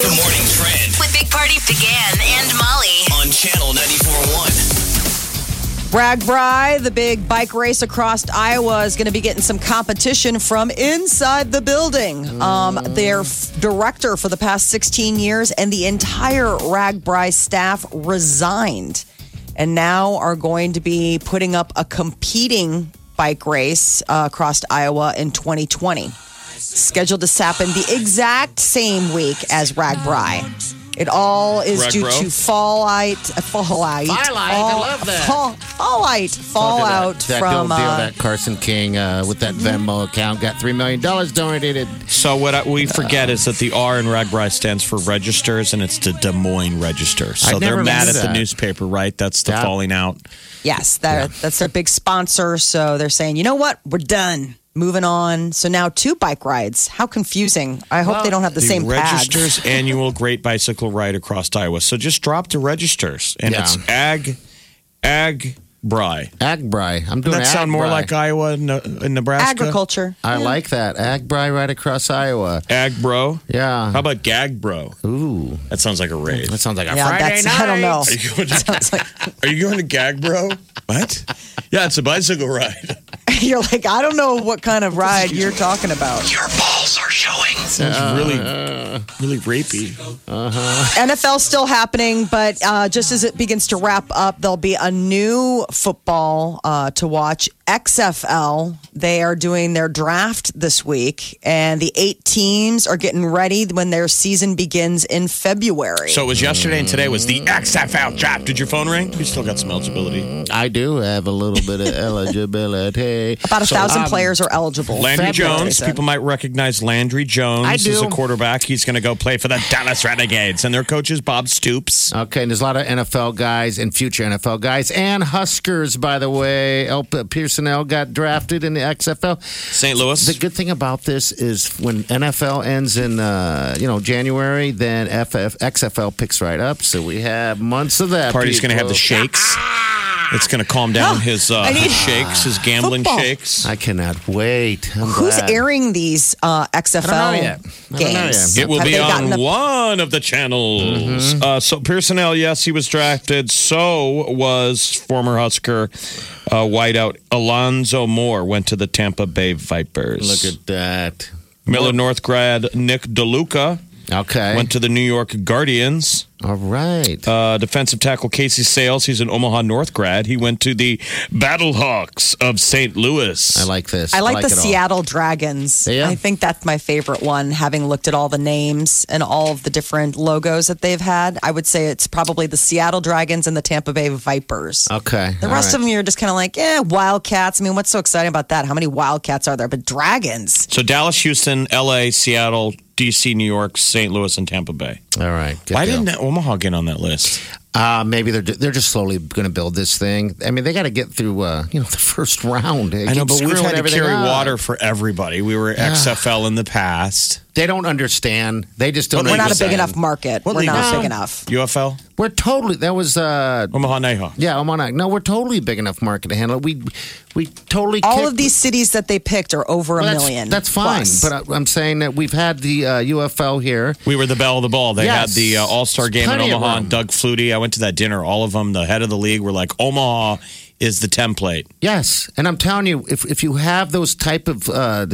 Good morning, Trend with Big Party began and Molly. on Channel 94.1. Bragg Bry, the big bike race across Iowa, is going to be getting some competition from inside the building. Um, their f- director for the past 16 years and the entire Rag Bry staff resigned and now are going to be putting up a competing bike race uh, across Iowa in 2020. Scheduled to happen the exact same week as Rag Bry. It all is Rag due Bro? to fallout, fallout, Fallout, I fall- love that. fall- fallout, fallout that from Bill Deal, uh, that Carson King uh, with that Venmo account got three million dollars donated. So what I, we forget is that the R in Ragbri stands for registers, and it's the Des Moines Register. So I'd they're never mad knew at the that. newspaper, right? That's the Yeah. falling out. yes, that that's their big sponsor. So they're saying, you know what, we're done, moving on. So now two bike rides. How confusing! I hope they don't have the, The same pads. registers annual Great Bicycle Ride across Iowa. So just drop the registers, and Yeah. it's Ag Ag Bry. Agbry, I'm doing. Doesn't that sound more Agbri. like Iowa and, uh, and Nebraska? Agriculture. I like that Agbry right across Iowa. Ag bro. Yeah. How about gag bro? Ooh, That sounds like a raid. that sounds like a Yeah, Friday that's I don't know. Are you going to, are you going to gag bro? What? Yeah, it's a bicycle ride. You're like, I don't know what kind of ride you're talking about. Your balls are showing. Sounds really, really rapey. NFL still happening, but uh, just as it begins to wrap up, there'll be a new football uh, to watch. XFL. They are doing their draft this week, and the eight teams are getting ready when their season begins in February. So it was yesterday and today was the XFL draft. Did your phone ring? You still got some eligibility. I do have a little bit of eligibility. about a thousand players are eligible. Landry Jones. So- People might recognize Landry Jones I as do. a quarterback. He's going to go play for the Dallas Renegades, and their coach is Bob Stoops. Okay, and there's a lot of NFL guys and future NFL guys and Huskers, by the way. El Pearson L got drafted in the XFL. St. Louis. The good thing about this is when NFL ends in uh, you know January, then FF, XFL picks right up. So we have months of that. Party's going to have the people. shakes. It's going to calm down his, uh, I need- his shakes, his gambling Football. shakes. I cannot wait. I'm Who's glad. airing these uh, XFL I don't know yet. I don't know games? yet. It will Have be they gotten on the- one of the channels. Mm-hmm. Uh, so personnel, yes, he was drafted. So was former Husker uh, wideout Alonzo Moore went to the Tampa Bay Vipers. Look at that. Miller North grad Nick DeLuca Okay. went to the New York Guardians. All right. Uh, defensive tackle Casey Sales, he's an Omaha North grad. He went to the Battlehawks of St. Louis. I like this. I like, the it all. Seattle Dragons. Yeah. I think that's my favorite one. Having looked at all the names and all of the different logos that they've had, I would say it's probably the Seattle Dragons and the Tampa Bay Vipers. Okay. The rest of them, you're just kind of like, eh, Wildcats. I mean, what's so exciting about that? How many Wildcats are there? But Dragons. so Dallas, Houston, LA, Seattle, DC, New York, St. Louis, and Tampa Bay. them. All right. Good Why deal. didn't Omaha get on that list? Uh, maybe they're they're just slowly going to build this thing. I mean, they got to get through uh, you know the first round. They I know, keep but we've screwing had to everything carry up. water for everybody. We were XFL in the past. They don't understand. They just don't. We're not a understand. big enough market. What We're league not is big it? Um, enough. UFL, We're totally. That was uh, Omaha Nighthawk. Yeah, I'm on. a- No, we're totally big enough market to handle it. We we totally All kicked- of these cities that they picked are over Well, a that's, million. That's fine, plus. but I, I'm saying that we've had the uh, UFO here. We were the bell of the ball. They had Yes. the uh, All Star game There's in plenty of Omaha. room. And Doug Flutie. I went to that dinner. All of them, the head of the league, were like, Omaha is the template. Yes, and I'm telling you, if if you have those type of uh,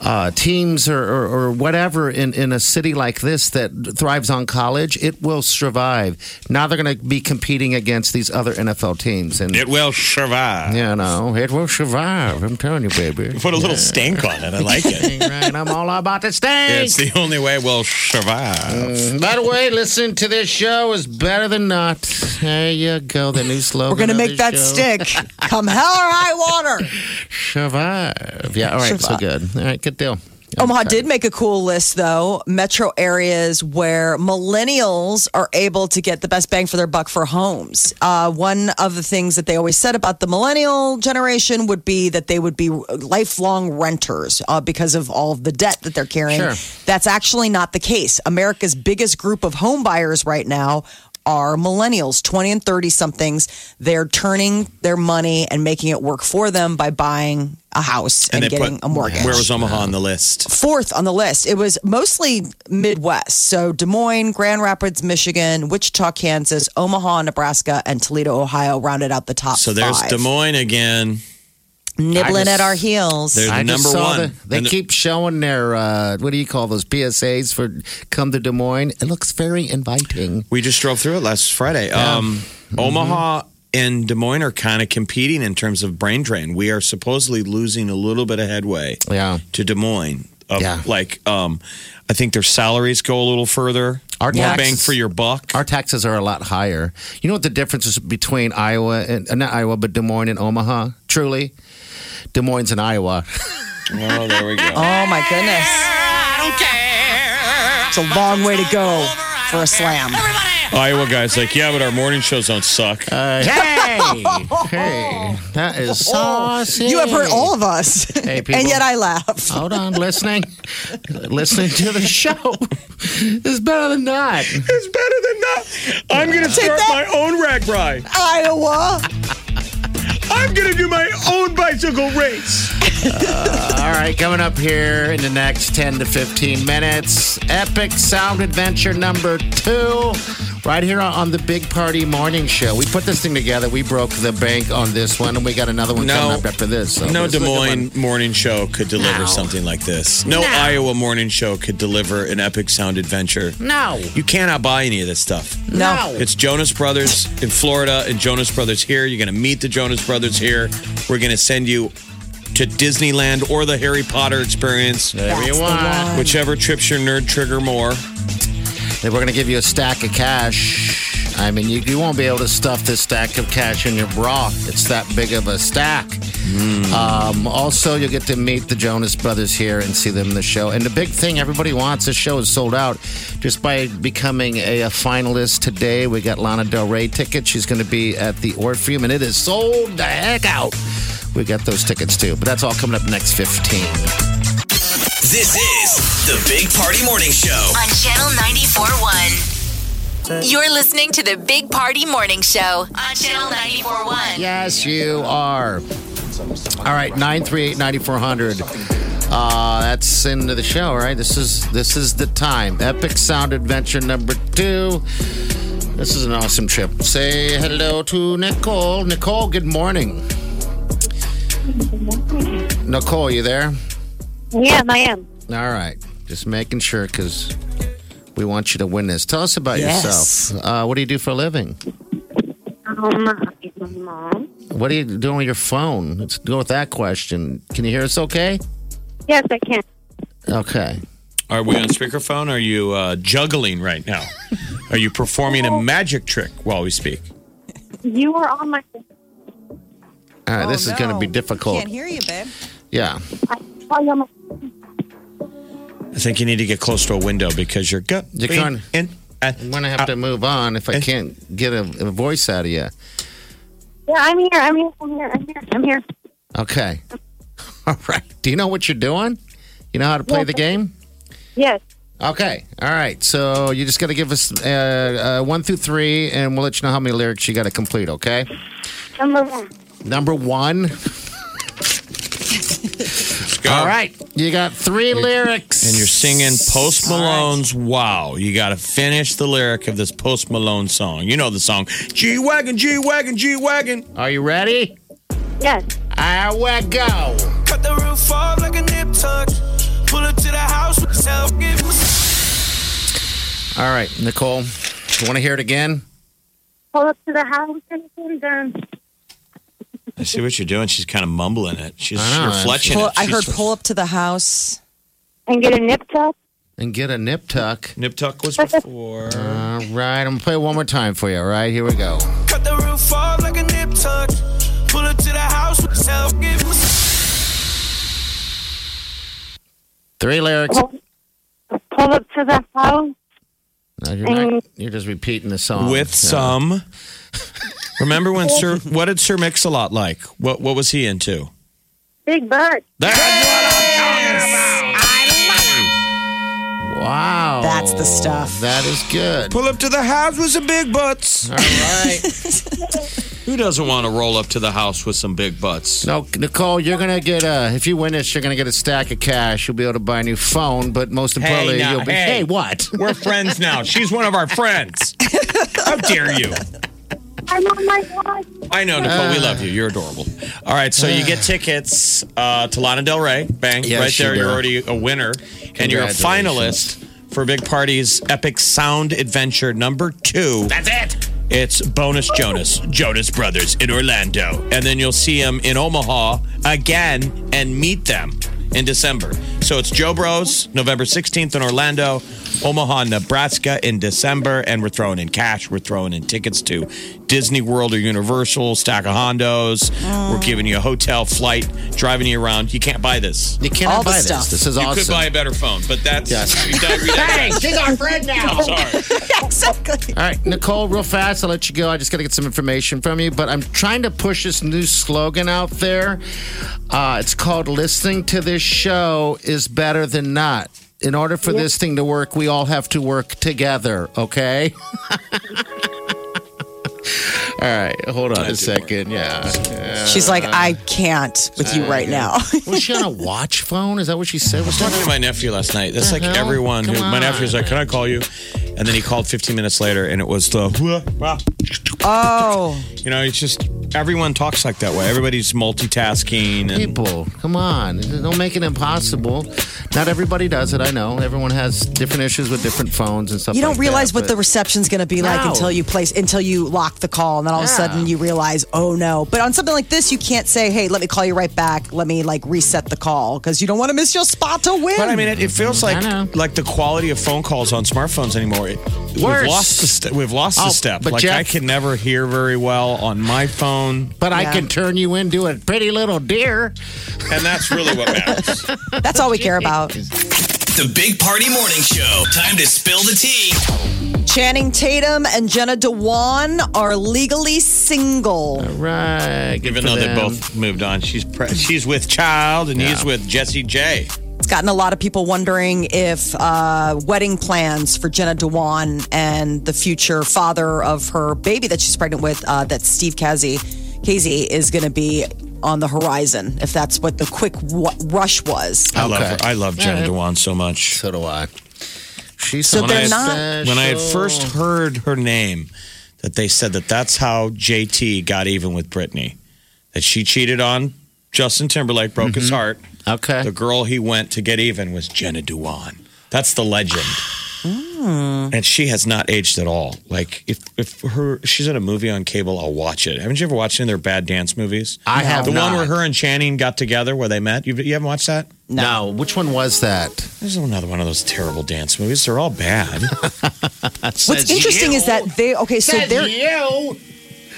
uh, teams or, or, or whatever in, in a city like this that thrives on college, it will survive. Now they're going to be competing against these other NFL teams, and It will survive. you know it will survive. I'm telling you, baby. Put a little stank on it. I like it. right, I'm all about the stage. it's the only way we'll survive. Mm-hmm. By the way, listening to this show is better than not. There you go, the new slogan. We're going to of make the that show. stick. Come hell or high water. Survive. Yeah, all right, so Survive. good. All right, good deal. Omaha did make a cool list, though. Metro areas where millennials are able to get the best bang for their buck for homes. Uh, one of the things that they always said about the millennial generation would be that they would be lifelong renters uh, because of all of the debt that they're carrying. Sure. That's actually not the case. America's biggest group of home buyers right now are millennials, 20 and 30 somethings. They're turning their money and making it work for them by buying a house and, getting a mortgage Where was Omaha on the list? fourth on the list. It was mostly Midwest. So Des Moines, Grand Rapids, Michigan, Wichita, Kansas, Omaha, Nebraska, and Toledo, Ohio rounded out the top So there's five. Des Moines again. Nibbling I just- at our heels. There's- I Number just saw one. The, they And the- keep showing their uh, what do you call those PSAs for come to Des Moines. It looks very inviting. We just drove through it last Friday. Um, Mm-hmm. Omaha and Des Moines are kind of competing in terms of brain drain. We are supposedly losing a little bit of headway Yeah. to Des Moines. Of, Yeah. Like, um, I think their salaries go a little further. Our More taxes- bang for your buck. Our taxes are a lot higher. You know what the difference is between Iowa and uh, not Iowa, but Des Moines and Omaha? Truly, Des Moines and Iowa. oh, there we go. oh my goodness. It's a long way to go for a slam. Iowa guy's like, yeah, but our morning shows don't suck. Uh, hey, hey, that is saucy. Oh, You have hurt all of us. Hey, people. and yet I laugh. Hold on, listening, listening to the show is better than not. it's better than that. I'm going to start that- own rag ride. Iowa. I'm going to do my own bicycle race. All right, coming up here in the next 10 to 15 minutes, Epic Sound Adventure number two, right here on the Big Party Morning Show. We put this thing together. We broke the bank on this one, and we got another one No. coming up after this. So No Oh, this Des is a good one. Moines morning show could deliver No. something like this. No, No. Iowa morning show could deliver an epic sound adventure. No. You cannot buy any of this stuff. No. It's Jonas Brothers in Florida and Jonas Brothers here. You're going to meet the Jonas Brothers here. We're going to send you to Disneyland or the Harry Potter experience, Whatever you That's the want. whichever trips your nerd trigger more. Then we're going to give you a stack of cash. I mean, you, you won't be able to stuff this stack of cash in your bra. It's that big of a stack. Um, also, you'll get to meet the Jonas Brothers here and see them in the show. And the big thing everybody wants, this show is sold out just by becoming a, a finalist today. We got Lana Del Rey tickets. She's going to be at the Orpheum, and it is sold the heck out. We got those tickets too. But that's all coming up next 15. This is the Big Party Morning Show. on Channel 94.1. You're listening to the Big Party Morning Show on Channel 94.1. Yes, you are. All right, nine three eight ninety four hundred. Uh, that's into the show, all right? This is this is the time. Epic Sound Adventure number two. This is an awesome trip. Say hello to Nicole. Nicole, good morning. Nicole, you there? Yeah, I am. All right, just making sure because we want you to win this. Tell us about Yes. yourself. Uh, what do you do for a living? Um, I'm my mom. What are you doing with your phone? Let's go with that question. Can you hear us okay? Yes, I can. Okay. Are we on speakerphone? Are you uh, juggling right now? Are you performing a magic trick while we speak? You are on my. All right, Oh, this is going to no. be difficult. Can't hear you, babe. Yeah. I saw you on my. I think you need to get close to a window because you're good. You can't- In, at, I'm going to have out. to move on if I uh, And- can't get a, a voice out of you. Yeah, I'm here. I'm here. I'm here. I'm here. I'm here. Okay. All right. Do you know what you're doing? You know how to play Yeah. the game? Yes. Okay. All right. So you just got to give us uh, uh, one through three, and we'll let you know how many lyrics you got to complete, okay? Number one. Number one. Go. All right. You got 3 lyrics. Um, And you're singing Post Malone's Wow. You got to finish the lyric of this Post Malone song. You know the song G Wagon, G Wagon, G Wagon. Are you ready? Yes. Here we go. Cut the roof off like a nip tuck. Pull up to the house with self give All right, Nicole. You want to hear it again? Pull up to the house and it's done. I see what you're doing. She's kind of mumbling it. She's I know. you're fletching Pull, it. I She's- heard pull up to the house. And get a nip tuck. And get a nip tuck. Nip Tuck was before. All right, I'm gonna play it one more time for you. All right, here we go. Cut the roof off like a nip tuck. Pull up to the house with self give Three lyrics. Pull, pull up to the house. No, you're, not- you're just repeating the Oh, song. with Yeah. some. Remember when Sir? What did Sir Mix-a-Lot like? What What was he into? Big butt. That's Wow. That's the stuff. That is good. All Pull up to the house with some big butts. right. Who doesn't want to roll up to the house with some big butts? No, Nicole, you're gonna get a. If you win this, you're gonna get a stack of cash. You'll be able to buy a new phone, but most importantly, now, you'll be. hey. what? We're friends now. She's one of our friends. How dare you? I'm on my watch. I know, Nicole. we Ah. love you. You're adorable. All right, so you get tickets uh, to Lana Del Rey. Bang! Yes, right you there, you're do. already a winner, and you're a Congratulations. finalist for Big Party's Epic Sound Adventure Number Two. That's it. It's Bonus Jonas, Jonas Brothers in Orlando. And then you'll see him in Omaha again and meet them in December. So it's Joe Bros, November 16th in Orlando, Omaha, Nebraska in December. And we're throwing in cash. We're throwing in tickets to Disney World or Universal, stack of Hondos. We're giving you a hotel flight, driving you around. You can't buy this. You cannot All the buy stuff. this. This is You awesome. could buy a better phone, but that's. Yes. we digress. she's our friend now. I'm sorry. exactly. All right, Nicole, real fast, I'll let you go. I just got to get some information from you, but I'm trying to push this new slogan out there. Uh, it's called Listening to This Show is Better Than Not. In order for this thing to work, we all have to work together, okay? all right, hold on a second. Yeah. yeah. She's Uh, like, I can't with you right now. Was she on a watch phone? Is that what she said? What's I was talking to my nephew last night. That's like hell? everyone. Who, Come my on. nephew's like, "Can I call you?" And then he called 15 minutes later, and it was the oh, you know, it's just everyone talks like that way. Everybody's multitasking, and people. Come on. Don't make it impossible. Not everybody does it, I know. Everyone has different issues with different phones and stuff you don't like realize that, what the but- reception's going to be like No. until you place until you lock the call, and then all of a Yeah. sudden you realize, oh no. But on something like this, you can't say, hey, let me call you right back. Let me like reset the call because you don't want to miss your spot to win. but I mean, it, it feels I know. like like the quality of phone calls on smartphones anymore. It, Worse. We've lost the ste- we've lost Oh, the step. but like Jeff- I can never hear very well on my phone, But I Yeah. can turn you into a pretty little deer. and that's really what matters. that's all we care about. The Big Party Morning Show. Time to spill the tea. Channing Tatum and Jenna Dewan are legally single. Right. good Even for though they them. both moved on, she's pre- she's with child, and he's Yeah. with Jesse J. It's gotten a lot of people wondering if uh, wedding plans for Jenna Dewan and the future father of her baby that she's pregnant with, uh, that's Steve Casey, Casey is going to be on the horizon. If that's what the quick w- rush was. I love Okay. her. I love Jenna Yeah. Dewan so much. So do I. She's So so they're they're not- when I had first heard her name, that they said that that's how JT got even with Britney, that she cheated on Justin Timberlake, broke his heart. The Mm-hmm. Okay. girl he went to get even was Jenna Dewan. That's the legend. Mm. And she has not aged at all. Like if if her she's in a movie on cable, I'll watch it. Haven't you ever watched any of their bad dance movies? I have the not. one where her and Channing got together, where they met. You, you haven't watched that? No. Which one was that? There's another one of those terrible dance movies. They're all bad. What's interesting is that they okay, so they're you.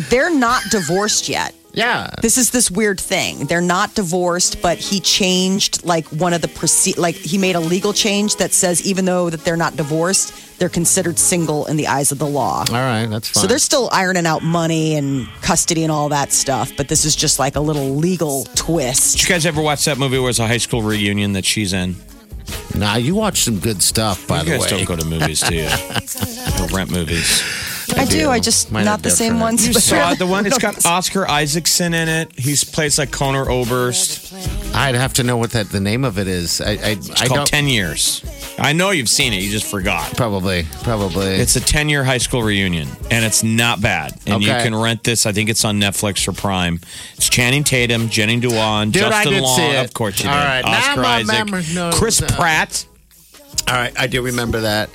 they're not divorced yet. Yeah. This is this weird thing. They're not divorced, but he changed like one of the proce- like he made a legal change that says even though that they're not divorced, they're considered single in the eyes of the law. All right. That's fine. So they're still ironing out money and custody and all that stuff, but this is just like a little legal twist. Did you guys ever watch that movie where it's a high school reunion that she's in? Nah, you watch some good stuff, by you the guys way. don't go to movies, do you? or rent movies. I, do. I just Mine not are the same different. ones. You but- saw it, uh, the one. It's got Oscar Isaacson in it. He plays like Conor Oberst. I'd have to know what that the name of it is. I, I, It's I called don't. Ten Years. I know you've seen it. You just forgot. Probably. Probably. It's a ten-year high school reunion, and it's not bad. And you Okay. can rent this. I think it's on Netflix or Prime. It's Channing Tatum, Jenny Dewan, Dude, I Justin did Long. see it. Of course you did. All right. Now Oscar my Isaac, memory- no, Chris no. Pratt. All right. I do remember that.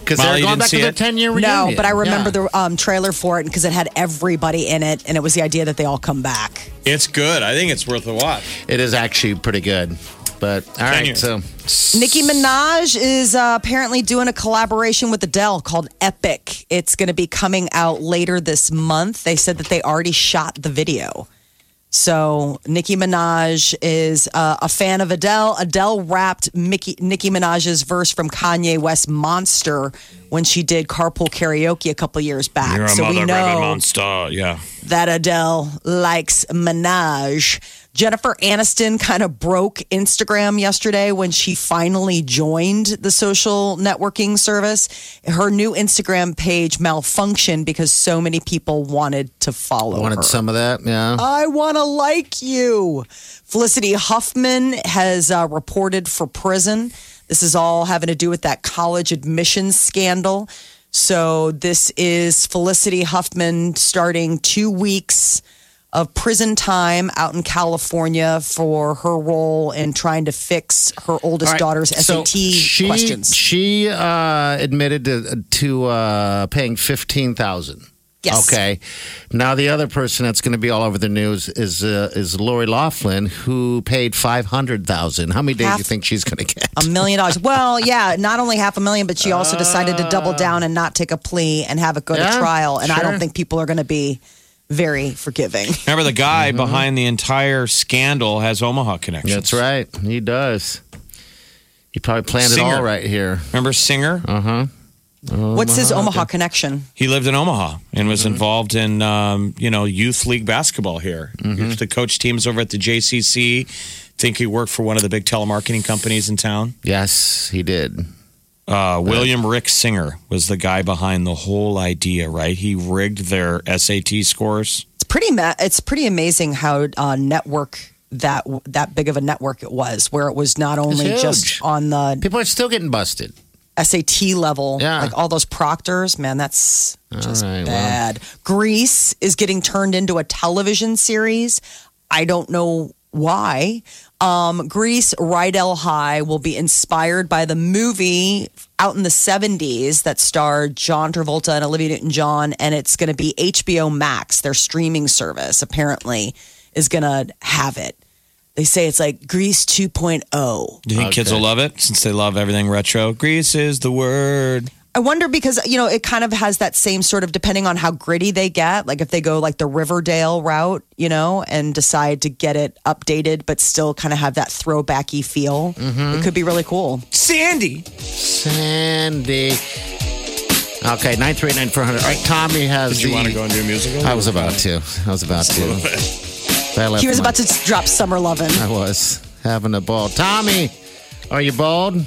Because Molly, they're you going didn't back see to their it? 10 year reunion. no, but I remember Yeah. the um, trailer for it because it had everybody in it, and it was the idea that they all come back. It's good. I think it's worth a watch. It is actually pretty good. But all right. years. So Nicki Minaj is uh, apparently doing a collaboration with Adele called Epic. It's going to be coming out later this month. They said that they already shot the video. So Nicki Minaj is uh, a fan of Adele. Adele rapped Mickey, Nicki Minaj's verse from Kanye West "Monster" when she did carpool karaoke a couple years back. You're a so we mother know rabbit monster. Yeah. that Adele likes Minaj. Jennifer Aniston kind of broke Instagram yesterday when she finally joined the social networking service. Her new Instagram page malfunctioned because so many people wanted to follow her. Wanted some of that, yeah. I want to like you. Felicity Huffman has uh, reported for prison. This is all having to do with that college admissions scandal. So, this is Felicity Huffman starting two weeks of prison time out in California for her role in trying to fix her oldest All right, daughter's so SAT questions. She uh, admitted to, to uh, paying fifteen thousand. Yes. Okay. Now the other person that's going to be all over the news is uh, is Lori Laughlin, who paid five hundred thousand. How many days do Half- Um, you think she's going to get? A million dollars. Well, yeah, not only half a million, but she also decided to double down and not take a plea and have it go to Ah. Yeah, trial. And I don't sure. think people are going to be very forgiving. Remember, the guy Mm-hmm. behind the entire scandal has Omaha connections. That's right. He does. He probably planned it Singer. all right here. Remember Singer? Uh. What's his Omaha connection? He lived in Omaha and was Mm-hmm. involved in um, you know youth league basketball here. He Mm-hmm. used to coach teams over at the JCC. Think he worked for one of the big telemarketing companies in town. Yes, he did. Uh, William Rick Singer was the guy behind the whole idea, right? He rigged their SAT scores. It's pretty. Ma- it's pretty amazing how uh, network that that big of a network it was, where it was not only It's just huge. on the People are still getting busted. SAT level, Yeah. like all those proctors. Man, that's just right, well. bad. Greece is getting turned into a television series. I don't know why. Um, Greece, Rydell High will be inspired by the movie out in the 70s that starred John Travolta and Olivia Newton John. And it's going to be HBO Max, their streaming service, apparently, is going to have it. They say it's like Greece 2.0. Do you think kids will love it since they love everything retro? Greece is the word. I wonder because you know it kind of has that same sort of depending on how gritty they get. Like if they go like the Riverdale route, you know, and decide to get it updated, but still kind of have that throwbacky feel, it could be really cool. Sandy. Sandy. Okay, nine three nine four hundred. All right, Tommy has. Did you the- want to go and do a musical? I was about to. I was about to. But I left He was my- about to drop Summer Lovin'. I was having a ball. Tommy, are you bald?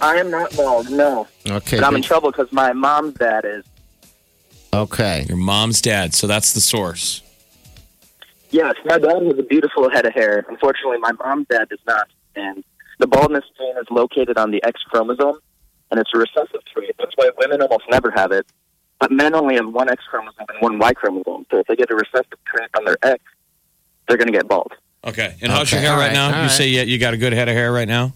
I am not bald, no. Okay. But I'm in good. trouble because my mom's dad is. Okay. Your mom's dad. So that's the source. Yes, my dad has a beautiful head of hair. Unfortunately, my mom's dad does not. And the baldness gene is located on the X chromosome, and it's a recessive trait. That's why women almost never have it. But men only have one X chromosome and one Y chromosome. So if they get a recessive trait on their X, they're going to get bald. Okay. And how's your Okay. hair All right, right, now? all You right. say yeah, you got a good head of hair right now?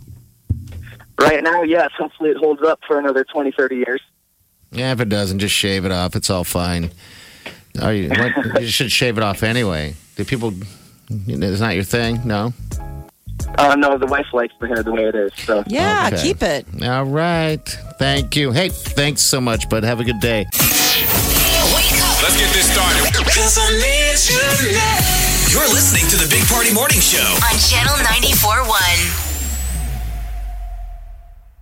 Right now, yes, hopefully it holds up for another 20, 30 years. Yeah, if it doesn't, just shave it off. It's all fine. Are you? What, you should shave it off anyway. Do people? It's not your thing. No. Uh, no, the wife likes the hair the way it is. So Yeah, Okay. keep it. All right. Thank you. Hey, thanks so much, bud. Have a good day. Let's get this started. You're listening to the Big Party Morning Show. on Channel 94.1.